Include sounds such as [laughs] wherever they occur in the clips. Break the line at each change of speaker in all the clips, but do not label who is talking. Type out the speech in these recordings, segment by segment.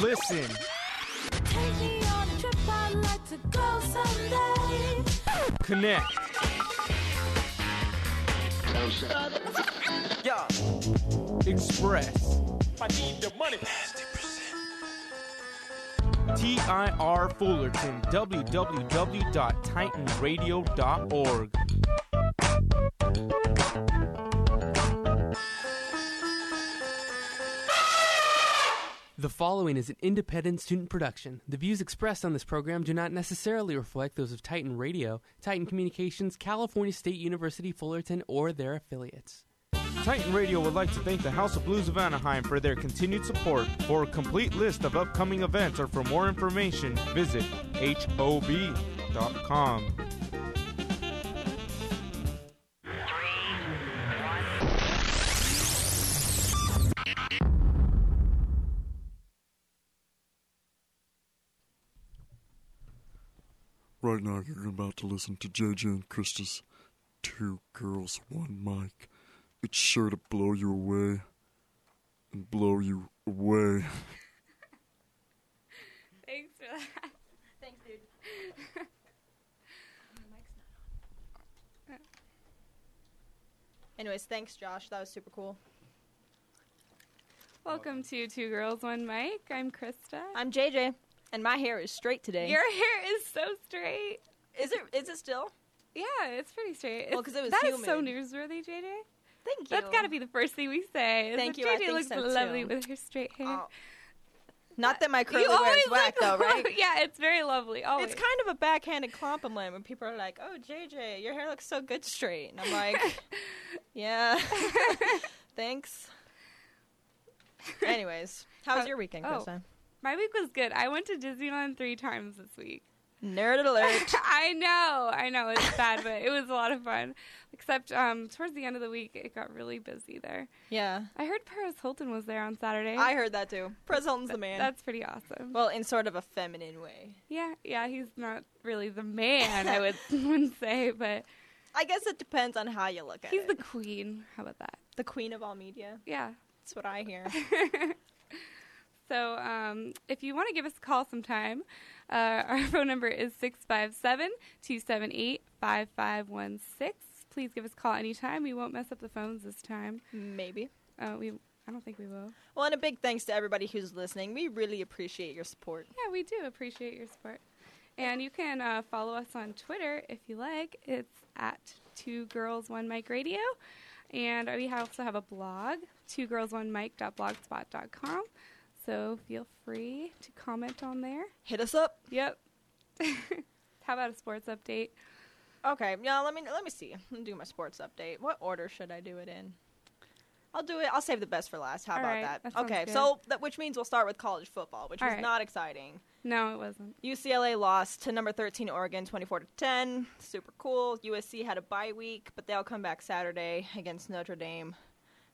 Listen.
Take me on a trip, I'd like to go someday.
Connect.
Yeah.
Express.
I need the money.
TIR Fullerton. www.titanradio.org. The following is an independent student production. The views expressed on this program do not necessarily reflect those of Titan Radio, Titan Communications, California State University Fullerton, or their affiliates.
Titan Radio would like to thank the House of Blues of Anaheim for their continued support. For a complete list of upcoming events or for more information, visit hob.com.
Right now, you're about to listen to JJ and Krista's Two Girls, One Mic. It's sure to blow you away. And blow you away.
Thanks for that. Thanks, dude.
Anyways, thanks, Josh. That was super cool.
Welcome to Two Girls, One Mic. I'm Krista.
I'm JJ, and my hair is straight today.
Your hair is so straight.
Is it? Is it still?
Yeah, it's pretty straight.
Well,
It's-
'cause it was
that is so
humid.
newsworthy, JJ.
Thank you.
That's got to be the first thing we say. is
Thank
that
you, I
JJ
think
looks
so,
lovely
too.
with her straight hair.
Oh. Not that my curly
you
hair
always
is whack, though,
look [laughs]
right?
yeah, it's very lovely. Always.
It's kind of a backhanded compliment when people are like, "Oh, JJ, your hair looks so good straight," and I'm [laughs] like, [laughs] "Yeah, thanks." Anyways, how was
Uh,
your weekend,
oh.
Krista?
My week was good. I went to Disneyland three times this week. [laughs]
Nerd alert!
I know, I know, it's bad, but it was a lot of fun. Except um, towards the end of the week, it got really busy there.
yeah,
I heard Paris Hilton was there on Saturday.
I heard that too. Prez Hilton's the man.
That's pretty awesome.
well, in sort of a feminine way.
Yeah, yeah, he's not really the man, I would [laughs] wouldn't say, but
I guess it depends on how you look at
he's
it.
the queen. How about that?
the queen of all media.
Yeah.
That's what
[laughs]
I hear.
So um, if you want to give us a call sometime, uh, our [laughs] phone number is 657 278 5516. Please give us a call anytime. We won't mess up the phones this time.
Maybe.
Uh, we, I don't think we will.
Well, and a big thanks to everybody who's listening. We really appreciate your support.
Yeah, we do appreciate your support. And you can uh, follow us on Twitter if you like. It's at Two Girls One Mic Radio. And we ha- also have a blog, Two Girls One twogirlsonemike.blogspot.com. So feel free to comment on there.
Hit us up.
Yep. [laughs] How about a sports update?
Okay. Yeah. Let me let me see. Let me do my sports update. What order should I do it in? I'll do it. I'll save the best for last. How
All
about
right,
that?
that sounds
okay.
good.
So that which means we'll start with college football, which
All
was
right.
not exciting.
No, it wasn't.
UCLA lost to number 13 Oregon 24 to 10. Super cool. USC had a bye week, but they'll come back Saturday against Notre Dame,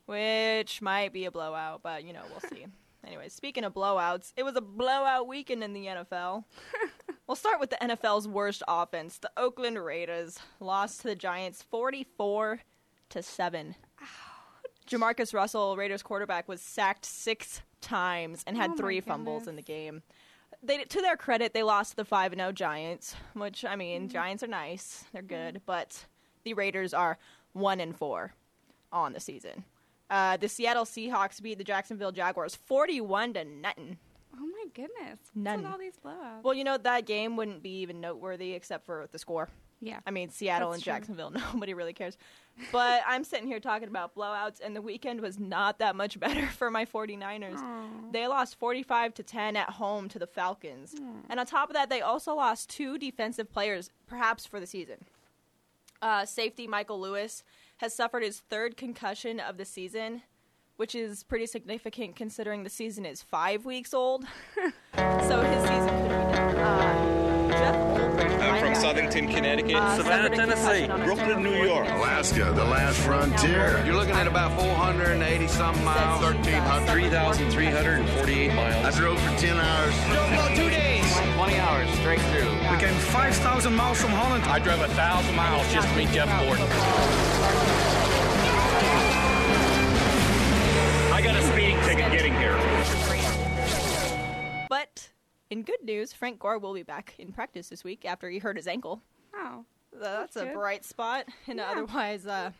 which might be a blowout, but you know,
[laughs]
we'll see. Anyway, speaking of blowouts, it was a blowout weekend in the
[laughs]
NFL. we'll start with the NFL's worst offense. The Oakland Raiders lost to the Giants 44 to 7. Jamarcus Russell, Raiders quarterback, was sacked six times and
Oh
had
my
three fumbles
goodness.
in the game. They, to their credit, they lost to the five and zero Giants, which I mean,
Mm.
Giants are nice, they're good, but the Raiders are one and four on the season. Uh, the Seattle Seahawks beat the Jacksonville Jaguars forty-one to nothing.
Oh my goodness. What's
None.
with all these blowouts?
Well, you know that game wouldn't be even noteworthy except for the score.
yeah.
I mean, Seattle
That's
and
true.
Jacksonville, [laughs] nobody really cares. But I'm sitting here talking about blowouts, and the weekend was not that much better [laughs] for my 49ers. They lost 45 to 10 at home to the Falcons.
Hmm.
And on top of that, they also lost two defensive players, perhaps for the season. Uh, safety Michael Lewis has suffered his third concussion of the season, which is pretty significant considering the season is five weeks old. [laughs] so his season could be done. Uh, Jeff Olbrich,
I'm from
linebacker,
Southington, Connecticut,
uh,
Savannah,
suffered a
Tennessee,
concussion on
Brooklyn,
October
New York.
14th.
Alaska, the last frontier. You're looking at about 480 some miles.
3,348
I
miles.
drove for 10 hours. Drove about two days. 20 hours straight through.
We came 5,000 miles from Holland.
I drove a thousand miles just to meet Jeff Gordon. I got a speeding ticket getting here.
In good news, Frank Gore will be back in practice this week after he hurt his ankle.
Oh,
So that's,
That's
a
good.
bright spot and
Yeah.
otherwise uh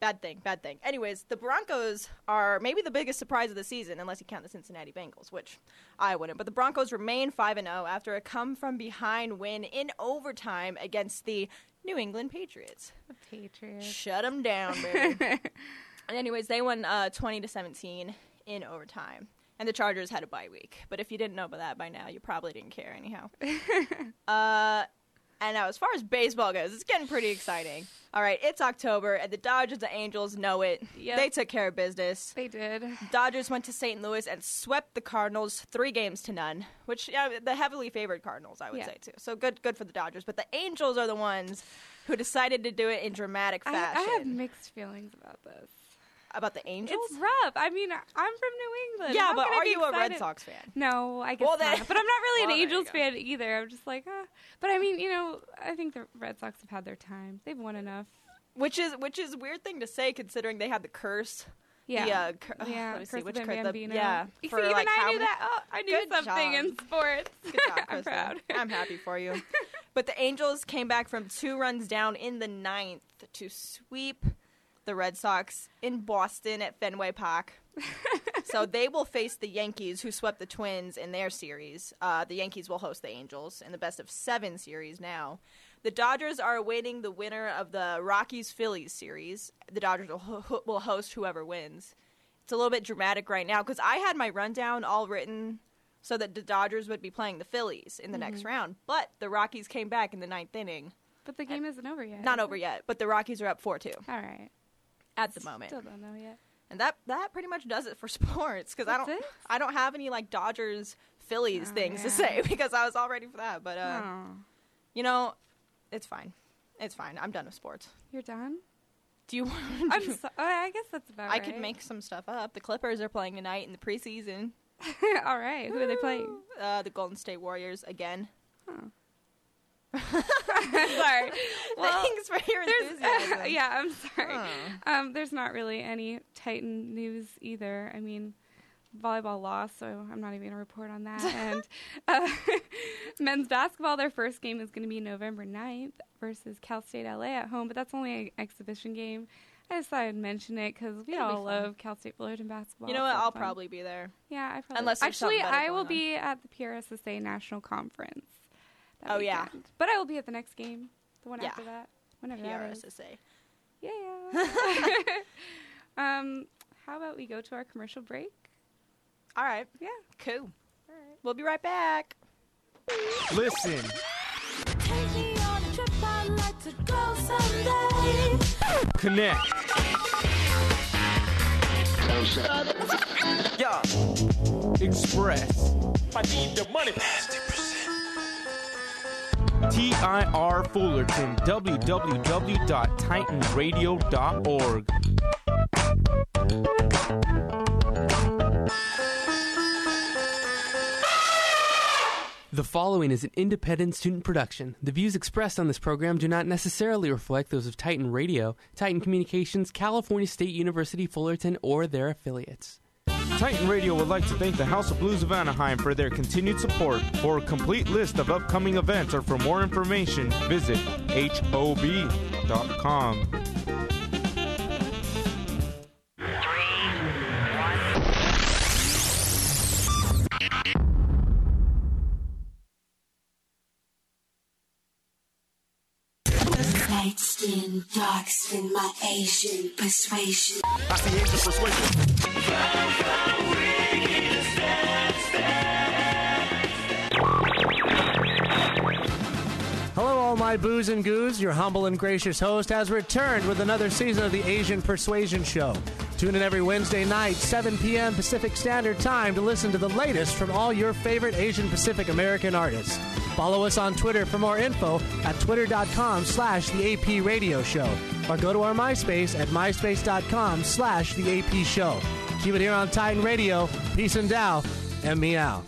bad thing bad thing anyways the broncos are maybe the biggest surprise of the season unless you count the cincinnati bengals which i wouldn't but the broncos remain 5-0 and oh after a come from behind win in overtime against the new england patriots
the Patriots.
shut them down baby and anyways they won uh, 20 to 17 in overtime and the chargers had a bye week but if you didn't know about that by now you probably didn't care anyhow uh, and now as far as baseball goes it's getting pretty exciting all right it's october and the dodgers the angels know it
Yep.
they took care of business
They did.
Dodgers went to St. Louis and swept the Cardinals three games to none, which yeah, the heavily favored Cardinals, I would
Yeah.
say too. So good, good for the Dodgers. But the Angels are the ones who decided to do it in dramatic
I, I
fashion.
have mixed feelings about this.
About the Angels,
It's rough. I mean, I'm from New England.
yeah,
How
but
can I
are
be
you a Red
excited?
Sox fan?
No, I guess
Well, then-
not. But I'm not really
[laughs] Well,
an
there you
Angels
go.
fan either. I'm just like, ah. But I mean, you know, I think the Red Sox have had their time. They've won enough.
Which is which is a weird thing to say considering they had the curse.
Yeah.
The, uh, cur- ugh,
[sighs] yeah.
[sighs] let me see,
Curse of
which
the
curse- the-
Bambino. [laughs]
yeah,
You
for,
see, even
like,
I
how
knew
many-
that. Oh, I knew
Good
something
job.
in sports.
Good job,
[laughs] I'm
Krista.
proud.
I'm happy for you. But the Angels came back from two runs down in the ninth to sweep the Red Sox in Boston at
[laughs]
Fenway Park. so they will face the Yankees, who swept the Twins in their series. Uh, the Yankees will host the Angels in the best of seven series now. The Dodgers are awaiting the winner of the Rockies Phillies series. The Dodgers will, ho- ho- will host whoever wins. It's a little bit dramatic right now because I had my rundown all written so that the Dodgers would be playing the Phillies in the next
Mm-hmm.
round. But the Rockies came back in the ninth inning.
[laughs] But the game isn't over yet.
Not over yet, but the Rockies are up 4 2
All right.
at the moment.
Still don't know yet.
And that, that pretty much does it for [laughs] sports because I
That's
don't
it?
I don't have any like Dodgers Phillies
Oh,
things to
yeah.
say [laughs] because I was all ready for that. But uh,
oh,
you know, it's fine. It's fine. I'm done with sports.
you're
[laughs]
done.
Do you want?
I'm so, oh, I guess that's about.
I
right.
could make some stuff up. The Clippers are playing tonight in the preseason.
[laughs] All right. Who are they
[laughs]
playing?
Uh, the Golden State Warriors again.
sorry. Well,
[laughs] Thanks for your
there's [laughs]
enthusiasm.
yeah. I'm sorry.
Huh.
Um, there's not really any Titan news either. I mean, volleyball lost, so I'm not even going to report on
[laughs]
that. and uh, [laughs] men's basketball, their first game is going to be November 9th versus Cal State LA at home, but that's only an exhibition game. I just thought I'd mention it because we
It'll be
all
fun.
love Cal State Fullerton basketball.
You know what?
It's so
I'll
fun.
probably be there.
Yeah, I probably.
Unless there's
actually,
something better
I will
going
be
on.
at the PRSSA National Conference. that
Oh, yeah.
weekend. But I will be at the next game, the one
Yeah.
after that, whenever that is.
PRSSA.
Yeah. [laughs]
[laughs]
um, how about we go to our commercial break?
All right.
Yeah.
Cool. We'll be right back.
Listen,
Take me on a trip I'd like to go someday.
connect,
Yeah.
express.
I need the money.
TIR Fullerton, www.titanradio.org.
The following is an independent student production. The views expressed on this program do not necessarily reflect those of Titan Radio, Titan Communications, California State University Fullerton, or their affiliates.
Titan Radio would like to thank the House of Blues of Anaheim for their continued support. For a complete list of upcoming events or for more information, visit hob.com.
Light skin, dark skin, my Asian persuasion.
That's the Asian persuasion.
Hello, all my boos and goos. Your humble and gracious host has returned with another season of the Asian Persuasion Show. Tune in every Wednesday night, 7 p.m. Pacific Standard Time, to listen to the latest from all your favorite Asian Pacific American artists. Follow us on Twitter for more info at twitter.com slash the AP Radio Show, or go to our MySpace at myspace.com slash the AP Show. Keep it here on Titan Radio. Peace and Dow, and meow.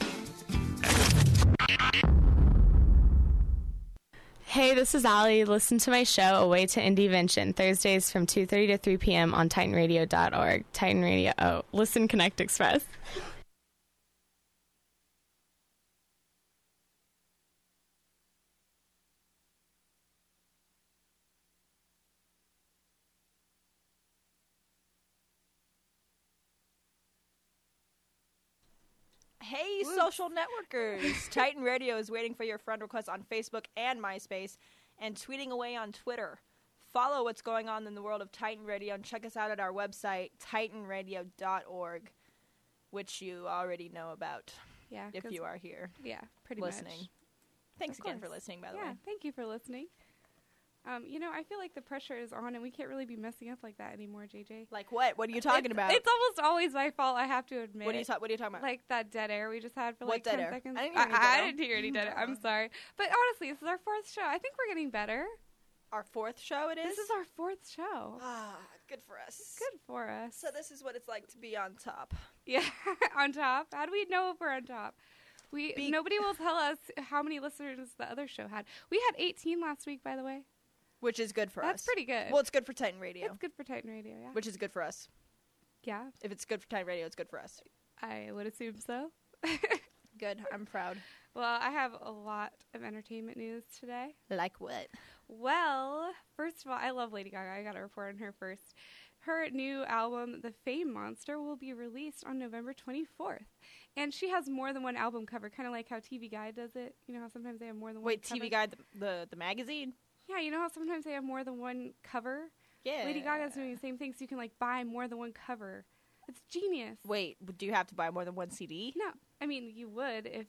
Hey, this is Ali. Listen to my show, Away to Indievention, Thursdays from 2.30 to 3 p.m. on titanradio.org. Titan Radio. Oh, listen, connect, express.
Hey, social
[laughs]
networkers! Titan Radio is waiting for your friend requests on Facebook and MySpace, and tweeting away on Twitter. Follow what's going on in the world of Titan Radio and check us out at our website, titanradio.org, which you already know about.
Yeah,
If
'cause-
you are here.
Yeah, pretty much.
listening. Thanks
Of
again for
course.
listening, by the
yeah,
way.
thank you for listening. Um, you know, I feel like the pressure is on, and we can't really be messing up like that anymore, JJ.
Like what? What are you talking
It's-
about?
It's almost always my fault. I have to admit.
What are you
it.
ta- what are you talking about?
Like that dead air we just had for
What
like
dead
ten
air?
seconds.
I didn't hear any dead
I,
air.
didn't hear any dead air. I'm
[laughs]
sorry, but honestly, this is our fourth show. I think we're getting better.
Our fourth show, it is.
This is our fourth show.
Ah, good for us.
Good for us.
So this is what it's like to be on top.
Yeah, [laughs] on top. How do we know if we're on top? We nobody will tell us how many listeners the other show had. We had 18 last week, by the way.
Which is good for
That's
us.
pretty good.
Well, it's good for Titan Radio.
It's good for Titan Radio, yeah.
Which is good for us.
yeah,
If it's good for Titan Radio, it's good for us.
I would assume so.
Good. I'm proud.
Well, I have a lot of entertainment news today.
Like what?
Well, first of all, I love Lady Gaga. I got to report on her first. Her new album, The Fame Monster, will be released on November 24th. And she has more than one album cover, kind of like how TV Guide does it. You know how sometimes they have more than
Wait,
one
TV
cover?
Guide, the, the, the magazine?
Yeah, you know how sometimes they have more than one cover? Lady Gaga's doing the same thing, so you can like buy more than one cover. It's genius.
Wait, do you have to buy more than one CD?
No, I mean you would if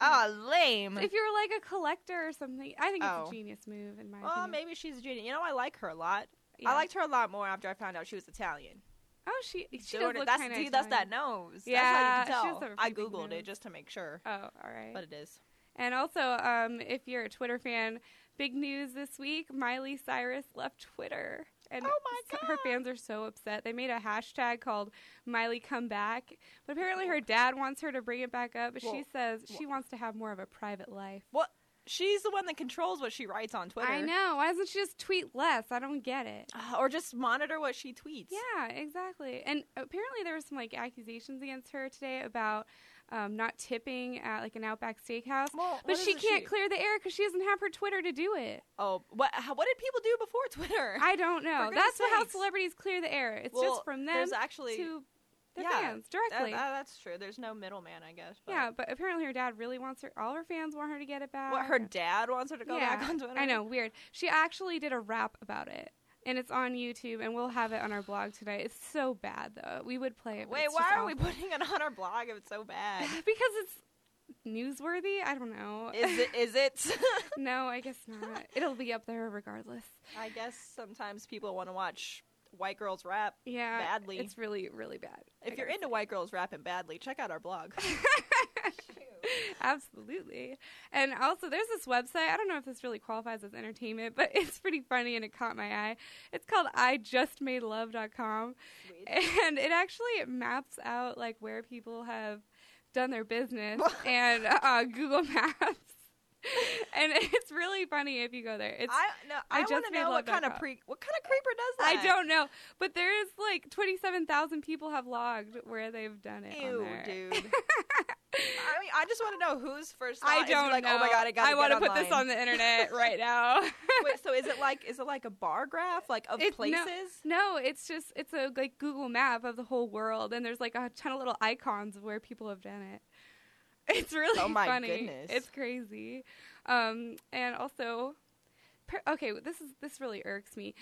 Oh, lame.
if you were like a collector or something. I think it's
Oh.
a genius move in my
well,
opinion.
Oh, maybe she's a genius. You know, I like her a lot.
Yeah.
I liked her a lot more after I found out she was Italian.
Oh, she she does
Doing it-
look
that's,
kind of
see, that's that nose.
Yeah,
that's how
she
you
has
can
a
tell. I
pretty big
googled
nose.
it just to make sure.
Oh, all right.
But it is.
And also, um, if you're a Twitter fan, big news this week: Miley Cyrus left Twitter, and
Oh
so- her fans are so upset. They made a hashtag called Miley Come Back, but apparently her dad wants her to bring it back up. But she
Well,
says she wants to have more of a private life.
What? She's the one that controls what she writes on Twitter.
I know. Why doesn't she just tweet less? I don't get it.
[laughs] Or just monitor what she tweets.
Yeah, exactly. And apparently there were some like accusations against her today about um, not tipping at like an Outback Steakhouse,
Well,
but
what
she
is it
can't
she-
clear the air because she doesn't have her Twitter to do it.
Oh, what? How, what did people do before [laughs] Twitter?
I don't know.
For goodness
That's what how
sakes.
celebrities clear the air. It's
Well,
just from them
there's actually-
to their
Yeah,
fans
that-
directly.
that- that's true. There's no middleman, I guess. but-
yeah, but apparently her dad really wants her. All her fans want her to get it back.
What her dad wants her to go
Uh, yeah,
back on Twitter.
I know, weird. She actually did a rap about it, and it's on YouTube, and we'll have it on our blog tonight. It's so bad though. We would play it. but
Wait,
it's
why
just
are we
awful. [laughs]
putting it on our blog if it's so bad?
because it's newsworthy. [laughs] I don't know.
Is it? Is it?
[laughs]
[laughs]
no, I guess not. It'll be up there regardless.
I guess sometimes people want to watch white girls rap.
Yeah,
badly.
It's really, really bad. I
if you're
gotta
into white girls rapping badly, check out our blog.
[laughs] Absolutely. And also, there's this website. I don't know if this really qualifies as entertainment, but [laughs] it's pretty funny and it caught my eye. It's called IJustMadeLove.com. And it actually maps out like where people have done their
[laughs]
business and uh, Google Maps. [laughs] and it's really funny if you go there. It's
I no, I, want to know what kind of
IJustMadeLove.com.
pre, what kind of creeper does
I
that?
don't know, but there is like twenty-seven thousand people have logged where they've done it. on
Ew,
there. [laughs]
dude. I mean, I just want to know whose first. thought
I
is be
don't
like,
know.
Oh my god, I got.
I
want to
put this on the [laughs]
[laughs]
internet right now.
Wait, so is it like is it like a bar graph like of
It's-
places?
[laughs]
[laughs]
No, no, it's just it's a like Google map of the whole world, and there's like a ton of little icons of where people have done it. [laughs] It's really
Oh my
funny.
goodness.
It's crazy, um, and also, per- okay, this is this really irks me.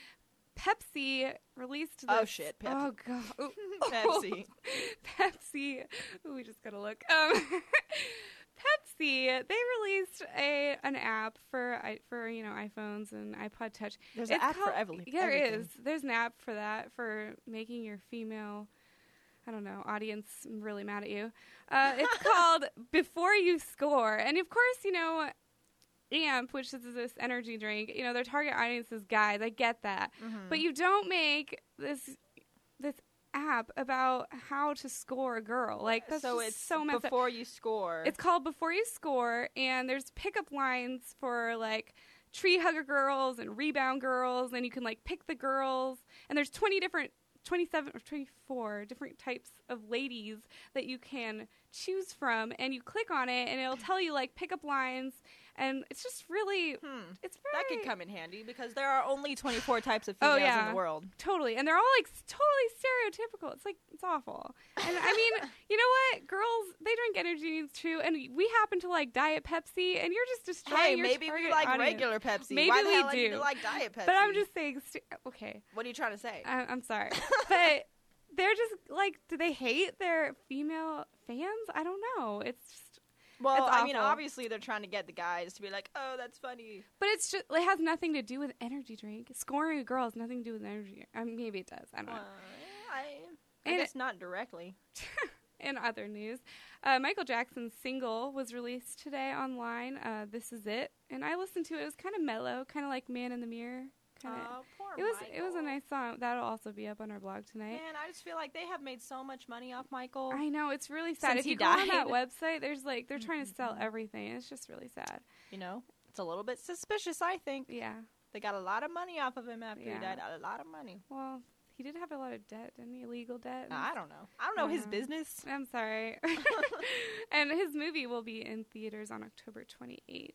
Pepsi released this.
Oh, shit, Pep-
Oh god. Ooh.
Pepsi.
[laughs] Pepsi. Ooh, we just gotta look. Um, [laughs] Pepsi. They released a an app for i- for you know iPhones and iPod Touch.
There's an app for everly-
Yeah, there
everything.
is. There's an app for that for making your female. I don't know, audience really mad at you. Uh,
[laughs]
it's called Before You Score. And of course, you know, AMP, which is this energy drink, you know, their target audience is guys. I get that.
Mm-hmm.
But you don't make this this app about how to score a girl. Like that's
so
just
it's
so messed up.
before you score.
It's called Before You Score, and there's pickup lines for like tree hugger girls and rebound girls, and you can like pick the girls. And there's 20 different, 27 or 24 four different types of ladies that you can choose from, and you click on it, and it'll tell you like pickup lines, and it's just really it's
Hmm. That could come in handy because there are only 24 types of
Oh
females
yeah,
in the world.
Totally, and they're all like s- totally stereotypical. It's like it's awful. And I
[laughs]
mean, you know what? Girls, they drink energy drinks too, and we happen to like diet Pepsi, and you're just destroying.
Hey,
your
maybe we
target
like
audience.
regular Pepsi.
Maybe
Why the
we
hell I
do
need to like diet
But I'm
Pepsi?
just saying. St- okay,
What are you trying to say?
I- I'm
[laughs]
sorry, but they're just like, do they hate their female fans? I don't know. It's just
well,
it's
I mean,
awful.
obviously they're trying to get the guys to be like, "Oh, that's funny."
But it's just it has nothing to do with energy drink. Scoring a girl has nothing to do with energy. I mean, maybe it does. I don't know.
I, I
And-
guess not directly.
In other news, uh, Michael Jackson's single was released today online. Uh, this is it, and I listened to it. It was kind of mellow, kind of like "Man in the Mirror." Kinda.
Oh, poor
it was. It was a nice song. That'll also be up on our blog tonight.
Man, I just feel like they have made so much money off Michael.
I know it's really sad.
Since
if
he
you go on
died. Mm-hmm,
that website, there's like they're trying to sell everything. It's just really sad.
You know, it's a little bit suspicious. I think.
Yeah.
They got a lot of money off of him after
Yeah.
he died. A lot of money.
Well, he did have a lot of debt, didn't he? Legal debt.
I don't know. I don't know his business.
I'm sorry. and his movie will be in theaters on October 28th.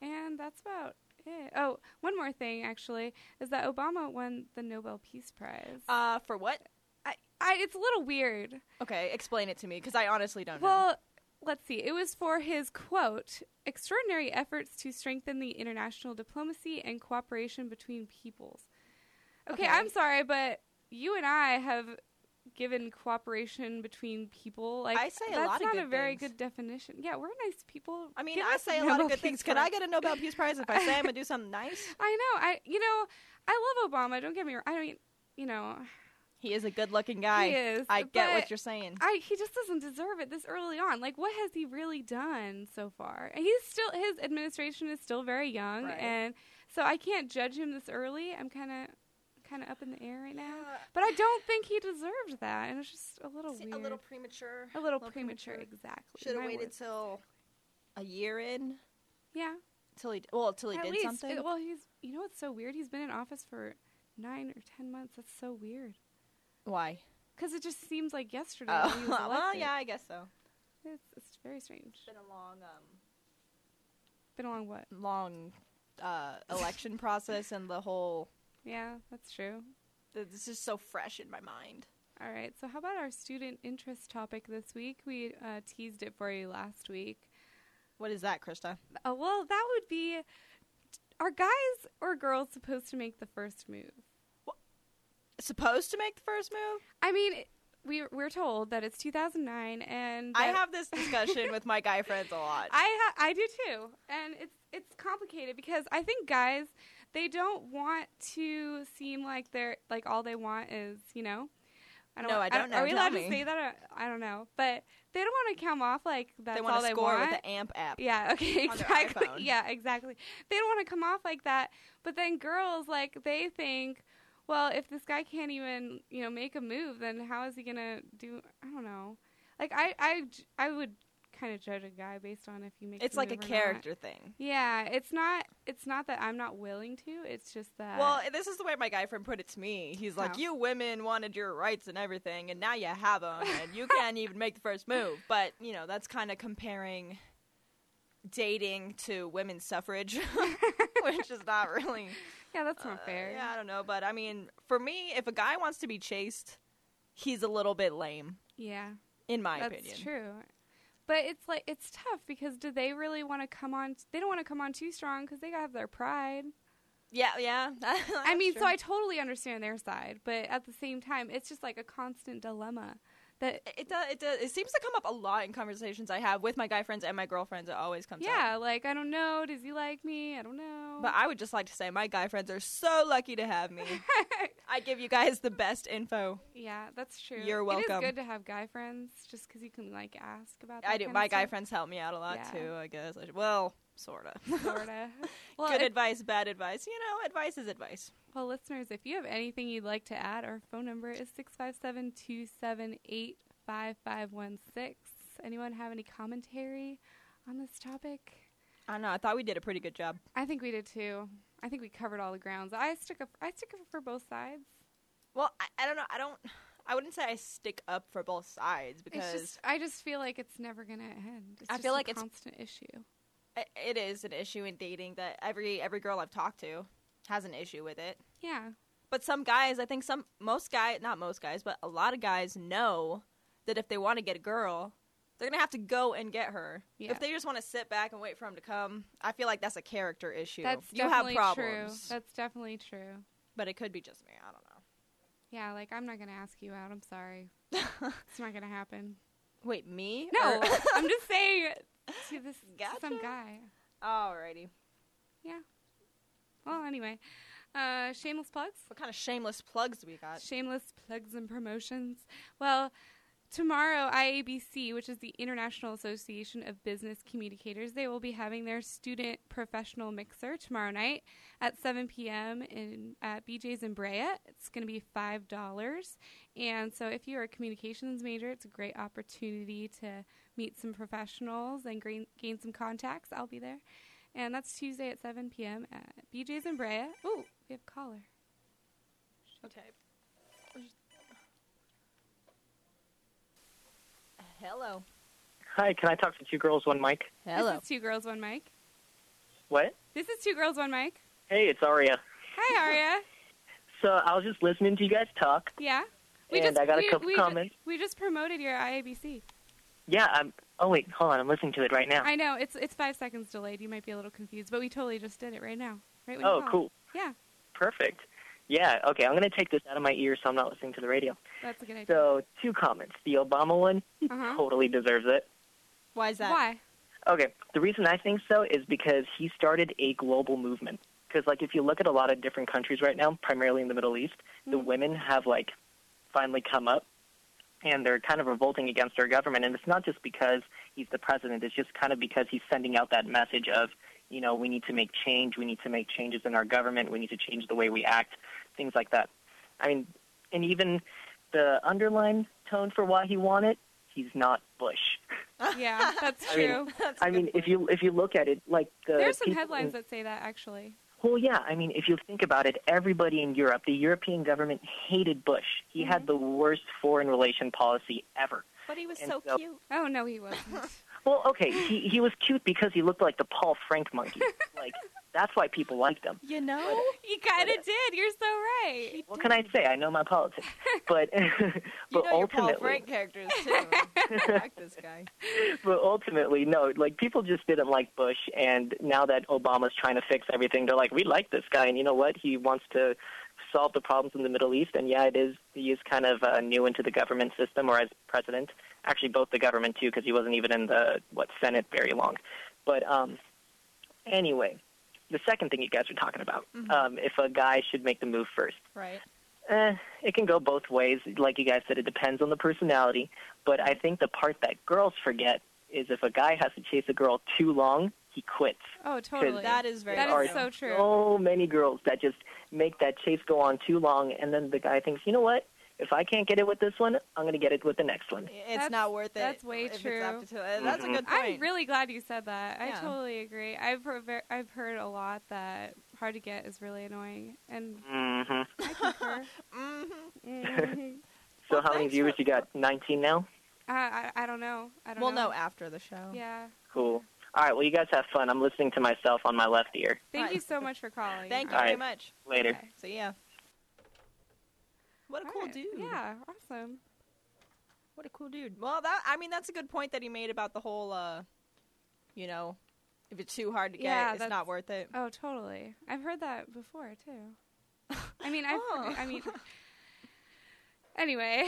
And that's about it. Oh, one more thing actually is that Obama won the Nobel Peace Prize.
Uh, for what?
I, I it's a little weird.
Okay, explain it to me because I honestly don't know.
Well, let's see. It was for his quote, extraordinary efforts to strengthen the international diplomacy and cooperation between peoples. Okay,
Okay.
I'm sorry, but you and I have given cooperation between people like
I say a
that's
lot of
not
good
a very
things.
good definition. Yeah, we're nice people.
I mean,
Give
I
us
say a lot
Nobel
of good
Peace
things. Could I
Prize.
get a Nobel Peace Prize if I say I'm
[laughs]
gonna do something nice?
I know. I you know, I love Obama. Don't get me wrong. I don't e, you know,
He is a good-looking guy.
He is,
I get
but
what you're saying.
I he just doesn't deserve it this early on. Like, what has he really done so far? And He's still his administration is still very young,
Right.
and so I can't judge him this early. I'm kind of kind of up in the air right now, but I don't think he deserved that, and it's just a little weird,
premature.
a little premature, exactly.
Should have
My
waited
words.
till a year in.
Yeah.
Till he well, till he
At
did
least,
something.
uh, well, he's you know what's so weird? He's been in office for nine or ten months. That's so weird.
Why?
Because it just seems like yesterday.
Oh, [laughs]
that he was
well,
elected.
yeah, I guess so.
It's, it's very strange.
Been a long, um,
been a long what?
Long uh, election process and the whole.
Yeah, that's true.
This is so fresh in my mind.
All right. So, how about our student interest topic this week? We uh, teased it for you last week.
What is that, Krista?
Uh, well, that would be are guys or girls supposed to make the first move?
Supposed to make the first move?
I mean, it- we we're told that it's 2009, and
I
that-
have this discussion with my guy friends a lot.
[laughs] I ha- I do too, and it's it's complicated because I think guys they don't want to seem like they're like all they want is you know.
No,
wa-
I don't know.
Are we
Tell
allowed
me.
to say that? Or, I don't know, but they don't want to come off like that's
wanna
all they
score with
want.
the AMP app
Yeah. [laughs] Okay.
on their
Exactly.
iPhone.
Yeah. Exactly. They don't want to come off like that. But then girls like they think. Well, if this guy can't even, you know, make a move, then how is he gonna do? I don't know. Like I, I, j- I would kind of judge a guy based on if you make.
It's
the
like a
move or not.
character thing.
Yeah, it's not. It's not that I'm not willing to. It's just that.
Well, this is the way my guy friend put it to me. He's like,
How?
"You women wanted your rights and everything, and now you have them, and you can't even make the first move." But you know, that's kind of comparing dating to women's suffrage, [laughs] which is not really.
Yeah, that's not fair.
uh, Yeah, I don't know, but I mean, for me, if a guy wants to be chased, he's a little bit lame,
yeah.
in my
That's
opinion.
true. But it's like it's tough because do they really want to come on? They don't want to come on too strong because they have their pride.
Yeah, yeah. [laughs]
I mean, so I totally understand their side, but at the same time, it's just like a constant dilemma. That
it does, it does, it seems to come up a lot in conversations I have with my guy friends and my girlfriends. It always comes up.
yeah, like I don't know. Does he like me? I don't know.
But I would just like to say my guy friends are so lucky to
[laughs]
have me. I give you guys the best info.
yeah, that's true.
You're
It is
welcome.
good to have guy friends, just because you can like ask about. That
I do.
kinda
My guy
stuff.
friends help me out a lot
Yeah.
too, I guess. I should- Well, sorta.
Sorta. [laughs] Well,
[laughs] Good
it-
advice, bad advice. You know, advice is advice.
Well, listeners, if you have anything you'd like to add, our phone number is 657 278 5516. Anyone have any commentary on this topic?
I don't know. I thought we did a pretty good job.
I think we did too. I think we covered all the grounds. I stick up, I stick up for both sides.
Well, I, I don't know. I don't. I wouldn't say I stick up for both sides because
it's just, I just feel like it's never gonna end. It's
I
just
feel
a
like it's-
constant issue.
I- it is an issue in dating that every every girl I've talked to has an issue with it.
Yeah.
But some guys, I think some most guy, not most guys, but a lot of guys know that if they want to get a girl, they're going to have to go and get her.
Yeah.
If they just want to sit back and wait for him to come, I feel like that's a character issue.
That's
you have
definitely
problems.
true. That's definitely true.
But it could be just me. I don't know.
Yeah, like I'm not gonna ask you out. I'm sorry.
[laughs]
it's not gonna happen.
Wait, me?
No,
Or-
[laughs] I'm just saying to this to some
Gotcha.
guy.
[laughs] Alrighty.
Yeah. Well, anyway, uh, shameless plugs.
What kind of shameless plugs do we got?
Shameless plugs and promotions. Well, tomorrow IABC, which is the International Association of Business Communicators, they will be having their student professional mixer tomorrow night at 7 p.m. in at BJ's in Brea. It's going to be five dollars, and so if you're a communications major, it's a great opportunity to meet some professionals and gain, gain some contacts. I'll be there. And that's Tuesday at 7 p.m. at BJ's in Brea. Ooh, we have a caller.
Okay. Hello.
Hi, can I talk to two girls, one mic?
This is Two Girls, One Mic.
What?
This is Two Girls, One Mic.
Hey, it's Aria. [laughs]
Hi, Aria.
So I was just listening to you guys talk.
Yeah.
And I got a couple
we,
comments.
We just promoted your IABC.
Yeah, I'm. Oh wait, hold on. I'm listening to it right now.
I know it's it's five seconds delayed. You might be a little confused, but we totally just did it right now. Right when you
Oh,
called.
cool.
Yeah,
Perfect. Yeah. Okay, I'm gonna take this out of my ear so I'm not listening to the radio.
that's a good idea.
So two comments. The Obama one he
Uh-huh.
totally deserves it.
Why is that?
Why?
Okay. The reason I think so is because he started a global movement. Because, like, if you look at a lot of different countries right now, primarily in the Middle East, the women have, like, finally come up and they're kind of revolting against their government. And it's not just because he's the president, it's just kind of because he's sending out that message of, you know, we need to make change, we need to make changes in our government, we need to change the way we act, things like that. I mean, and even the underlying tone for why he won it, he's not Bush.
yeah, that's
[laughs] I
true.
[laughs]
mean, I mean, if you if you look at it, like the
There's some
people
headlines
in-
that say that actually.
well, yeah. I mean, if you think about it, everybody in Europe, the European government hated Bush. He
Mm-hmm.
had the worst foreign relation policy ever.
But he was
And so so- cute.
Oh no, he wasn't.
[laughs]
[laughs]
Well, okay, he he was cute because he looked like the Paul Frank
[laughs]
monkey. like that's why people liked him.
you know,
you kind of did. You're so right.
What can I say? I know my politics, but [laughs] but
Mm. [laughs] you know
ultimately,
your Paul Frank characters
[laughs]
too. I like this guy.
but ultimately, no. Like people just didn't like Bush, and now that Obama's trying to fix everything, they're like, we like this guy, and you know what? He wants to solve the problems in the Middle East, and yeah, it is. He is kind of uh, new into the government system, or as president, actually both the government too, because he wasn't even in the what Senate very long. But um, anyway, the second thing you guys are talking about,
Mhm.
um, if a guy should make the move first.
Right.
Eh, it can go both ways. Like you guys said, it depends on the personality. But I think the part that girls forget is if a guy has to chase a girl too long, he quits.
Oh, totally.
That is very
That is
There
so
are
true.
So many girls that just make that chase go on too long, and then the guy thinks, you know what? If I can't get it with this one, I'm going to get it with the next one.
It's
That's-
not worth it.
That's way
if it's
true.
up to- uh, That's a
Mm-hmm.
good point.
I'm really glad you said that.
Yeah.
I totally agree. I've heard, ver- I've heard a lot that hard to get is really annoying, and
Mm-hmm. [laughs]
I concur. Mhm.
So how many viewers you got? 19 now?
Uh, I, I don't know. I don't
We'll
know.
know after the show.
Yeah.
Cool. All right, well, you guys have fun. I'm listening to myself on my left ear.
Thank
Right.
you so much for calling.
[laughs] Thank you
All
very
right.
much.
Later.
So yeah. What a
All
cool
right.
dude.
Yeah, awesome.
What a cool dude. Well, that I mean, that's a good point that he made about the whole, uh, you know, if it's too hard to get,
Yeah,
it's
that's-
not worth [laughs] it.
Oh, totally. I've heard that before too. I mean, I've.
[laughs] Oh.
I mean. Anyway,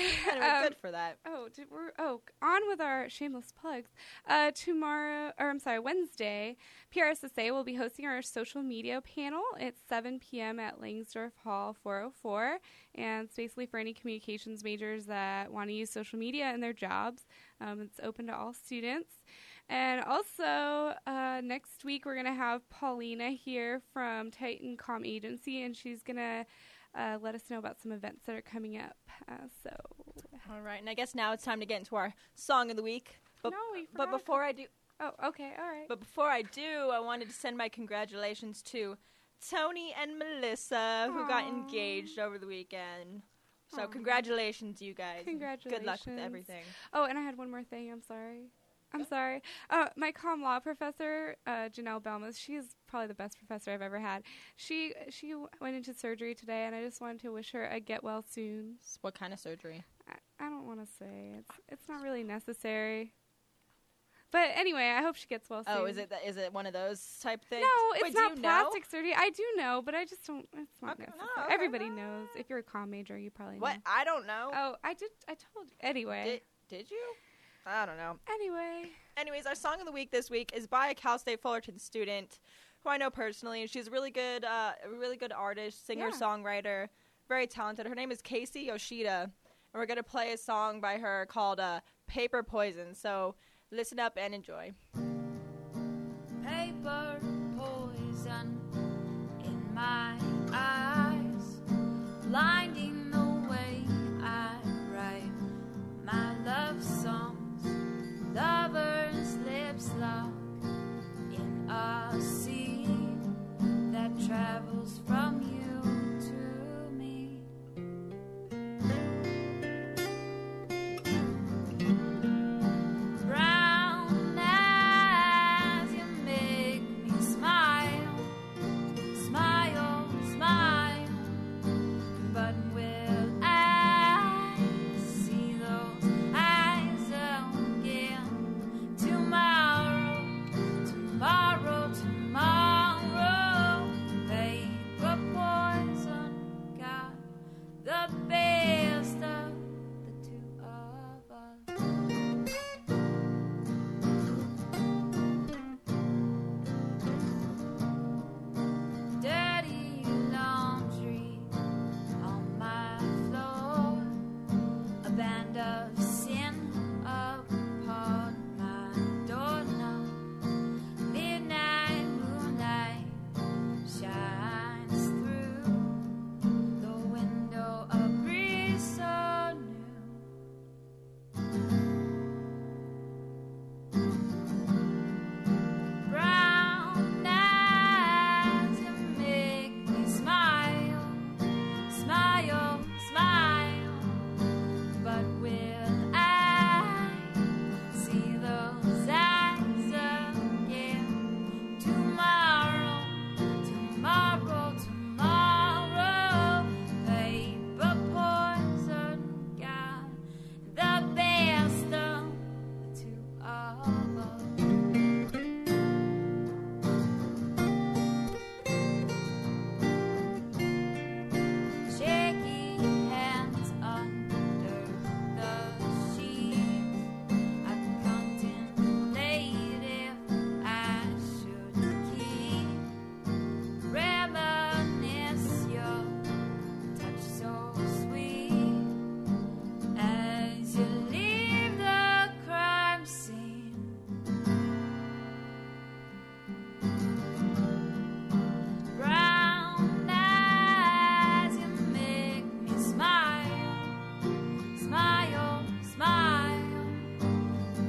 [laughs]
Anyway,
um,
good for that.
Oh, did we're oh on with our shameless plugs. Uh, tomorrow, or I'm sorry, Wednesday, PRSSA will be hosting our social media panel. It's 7 p.m. at Langsdorf Hall 404, and it's basically for any communications majors that want to use social media in their jobs. Um, it's open to all students. And also, uh, next week we're going to have Paulina here from Titan Com Agency, and she's going to uh, let us know about some events that are coming up. Uh, so
All right, and I guess now it's time to get into our song of the week. But,
No, we
but
forgot.
before I do,
Oh, okay, all right.
but before I do, I wanted to send my congratulations to Tony and Melissa who got engaged over the weekend. So congratulations, you guys. and Good luck with
Congratulations.
everything.
Oh, and I had one more thing. I'm sorry. I'm sorry. Uh, my com law professor, uh, Janelle Belmas, she's probably the best professor I've ever had. She she w- went into surgery today, and I just wanted to wish her a get well soon.
What kind of surgery?
I, I don't want to say. It's it's not really necessary. But anyway, I hope she gets well soon.
Oh, is it th- is it one of those type things?
No, it's
Wait, do
not
you know?
plastic surgery. I do know, but I just don't. It's not
Okay, no,
necessary.
okay,
Everybody knows. If you're a com major, you probably
What?
know.
I don't know.
Oh, I did. I told you. Anyway.
Did, did you? I don't know.
Anyway.
Anyways, our song of the week this week is by a Cal State Fullerton student who I know personally, and she's a really good, uh, a really good artist, singer,
Yeah.
songwriter, very talented. Her name is Casey Yoshida, and we're gonna play a song by her called uh, "Paper Poison." So listen up and enjoy.
paper poison in my eyes, blinding the way I write my love songs. Lovers' lips lock in a sea that travels from you to me. Brown as you make me smile, smile, smile. But will I see those eyes again tomorrow, tomorrow, tomorrow? Paper poison got the best of the two of us. dirty laundry on my floor. A band of sin upon my doorknob. Midnight moonlight shines through the window. A breeze so new. Brown eyes you make me smile, smile, smile. But will I see those eyes again tomorrow, tomorrow, tomorrow? Paper poison got the best of the two of us. Shaky hands under the sheets. I contemplate if I should keep. Reminisce your touch so sweet. As you leave the crime scene, brown eyes, you make me smile, smile, smile.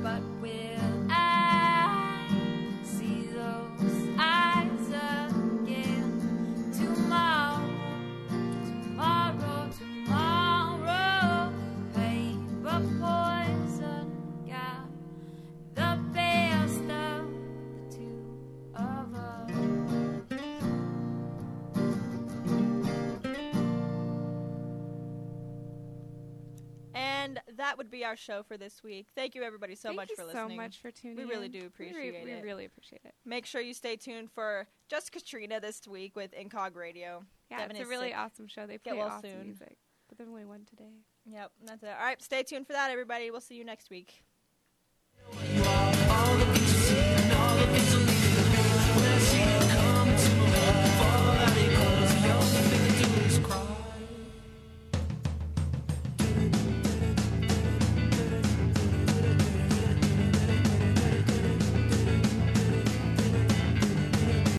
But will I see those eyes again tomorrow, tomorrow, tomorrow? Paper poison got the best of the two of us.
And that would be our show for this week. Thank you, everybody, so
Thank
much
you
for
so
listening.
much for tuning
We really
in. We
do
re-
appreciate
we
it.
really appreciate it.
Make sure you stay tuned for just Katrina this week with Incog Radio.
Yeah,
Devin
it's a
is
really
sick.
awesome show. They
Get
play
well
awesome
soon.
music, but there's only one today.
Yep, that's it. All right, stay tuned for that, everybody. We'll see you next week.